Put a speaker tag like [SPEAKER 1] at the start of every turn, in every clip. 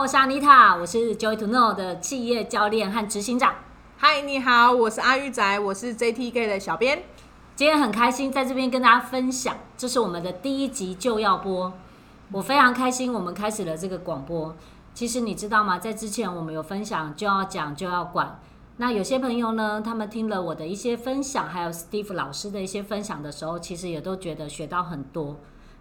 [SPEAKER 1] 我是 Anita，我是 Joy to Know 的企业教练和执行长。
[SPEAKER 2] 嗨，你好，我是阿玉仔，我是 JTK 的小编。
[SPEAKER 1] 今天很开心在这边跟大家分享，这是我们的第一集就要播，我非常开心，我们开始了这个广播。其实你知道吗？在之前我们有分享就要讲就要管，那有些朋友呢，他们听了我的一些分享，还有 Steve 老师的一些分享的时候，其实也都觉得学到很多。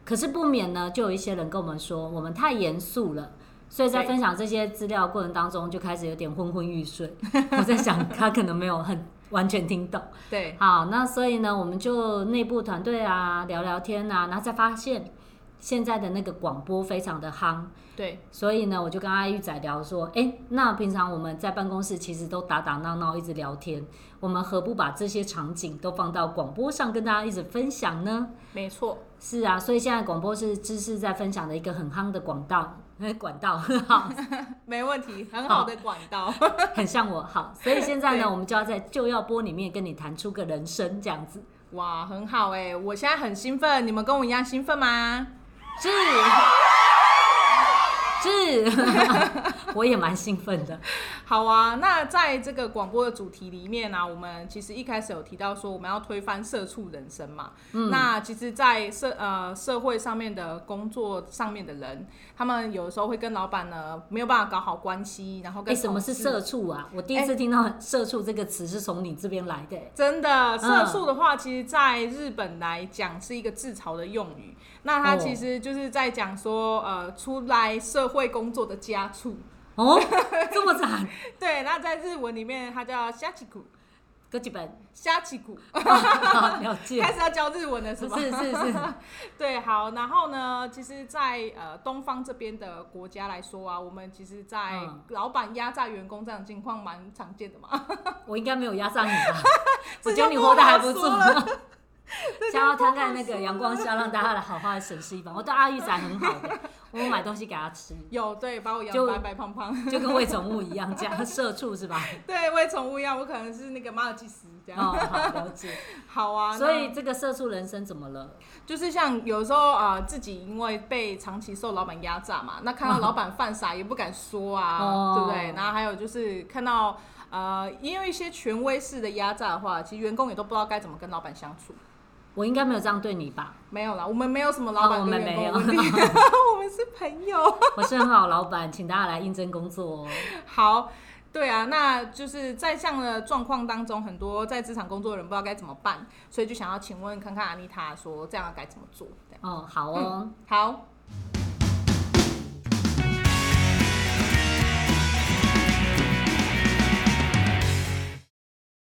[SPEAKER 1] 可是不免呢，就有一些人跟我们说，我们太严肃了。所以在
[SPEAKER 2] 对
[SPEAKER 1] 分享这些资料过程当中，就开始有点昏昏欲睡。我在想，他可能没有很完全听懂。
[SPEAKER 2] 对，
[SPEAKER 1] 好，那所以呢，我们就内部团队啊聊聊天啊，然后再发现现在的那个广播非常的夯，
[SPEAKER 2] 对，
[SPEAKER 1] 所以呢，我就跟阿玉仔聊说，哎、那平常我们在办公室其实都打打闹闹，一直聊天，我们何不把这些场景都放到广播上跟大家一直分享呢？
[SPEAKER 2] 没错，
[SPEAKER 1] 是啊，所以现在广播是知识在分享的一个很夯的广道， 呃管道，好，
[SPEAKER 2] 没问题，很好 的管道。
[SPEAKER 1] 很像我，好，所以现在呢，
[SPEAKER 2] 对
[SPEAKER 1] 我们就要在就要播里面跟你谈出个人生这样子。
[SPEAKER 2] 哇，很好哎、我现在很兴奋，你们跟我一样兴奋吗？
[SPEAKER 1] 是是， 我也蛮兴奋的。
[SPEAKER 2] 好啊，那在这个广播的主题里面呢、啊我们其实一开始有提到说我们要推翻社畜人生嘛。那其实在，社呃社会上面的工作上面的人，他们有时候会跟老板呢没有办法搞好关系，然后
[SPEAKER 1] 哎、
[SPEAKER 2] 跟
[SPEAKER 1] 什么是
[SPEAKER 2] 同事
[SPEAKER 1] 社畜啊？我第一次听到“社畜”这个词是从你这边来的、嗯
[SPEAKER 2] 真的，社畜的话，其实在日本来讲是一个自嘲的用语。那它
[SPEAKER 1] 哦
[SPEAKER 2] 其实就是在讲说，呃，出来社会工作的家畜。
[SPEAKER 1] 哦，这么惨，
[SPEAKER 2] 对，那在日文里面它叫虾奇苦，
[SPEAKER 1] 哥几 本，
[SPEAKER 2] 虾奇苦。
[SPEAKER 1] 好了解
[SPEAKER 2] 开。始要教日文了是
[SPEAKER 1] 是
[SPEAKER 2] 吧？
[SPEAKER 1] 是是是，
[SPEAKER 2] 对，好，然后呢，其实在，呃东方这边的国家来说啊，我们其实，在
[SPEAKER 1] 嗯
[SPEAKER 2] 老板压榨员工这样的情况蛮常见的嘛。
[SPEAKER 1] 我应该没有压上你 吧？我
[SPEAKER 2] 这
[SPEAKER 1] 觉得
[SPEAKER 2] 就
[SPEAKER 1] 你
[SPEAKER 2] 不
[SPEAKER 1] 活得
[SPEAKER 2] 好
[SPEAKER 1] 还不
[SPEAKER 2] 说
[SPEAKER 1] 错
[SPEAKER 2] 了。
[SPEAKER 1] 想要摊在那个阳光下，让大家来好好的审视一番。我对阿玉仔很好 的，我买东西给他吃，
[SPEAKER 2] 有对，把我养
[SPEAKER 1] 就
[SPEAKER 2] 得白白胖胖。
[SPEAKER 1] 就跟喂宠物一样，这样社畜是吧？
[SPEAKER 2] 对，喂宠物一样，我可能是那个马尔济斯这样。
[SPEAKER 1] 哦，好了解。
[SPEAKER 2] 好啊，
[SPEAKER 1] 所以
[SPEAKER 2] 那
[SPEAKER 1] 这个社畜人生怎么了？
[SPEAKER 2] 就是像有时候啊、呃自己因为被长期受老板压榨嘛，那看到老板犯傻也不敢说啊，
[SPEAKER 1] 哦
[SPEAKER 2] 对不对？然后还有就是看到呃，因为一些权威式的压榨的话，其实员工也都不知道该怎么跟老板相处。
[SPEAKER 1] 我应该没有这样对你吧？
[SPEAKER 2] 没有啦，我们没有什么老
[SPEAKER 1] 哦
[SPEAKER 2] 板
[SPEAKER 1] 我
[SPEAKER 2] 跟
[SPEAKER 1] 们
[SPEAKER 2] 员
[SPEAKER 1] 没有
[SPEAKER 2] 工问题， 我们是朋友。
[SPEAKER 1] 我是很好的老板，请大家来应征工作哦。
[SPEAKER 2] 好，对啊，那就是在这样的状况当中，很多在职场工作的人不知道该怎么办，所以就想要请问看看阿妮塔说这样该怎么做。这样
[SPEAKER 1] 哦，好哦。
[SPEAKER 2] 好，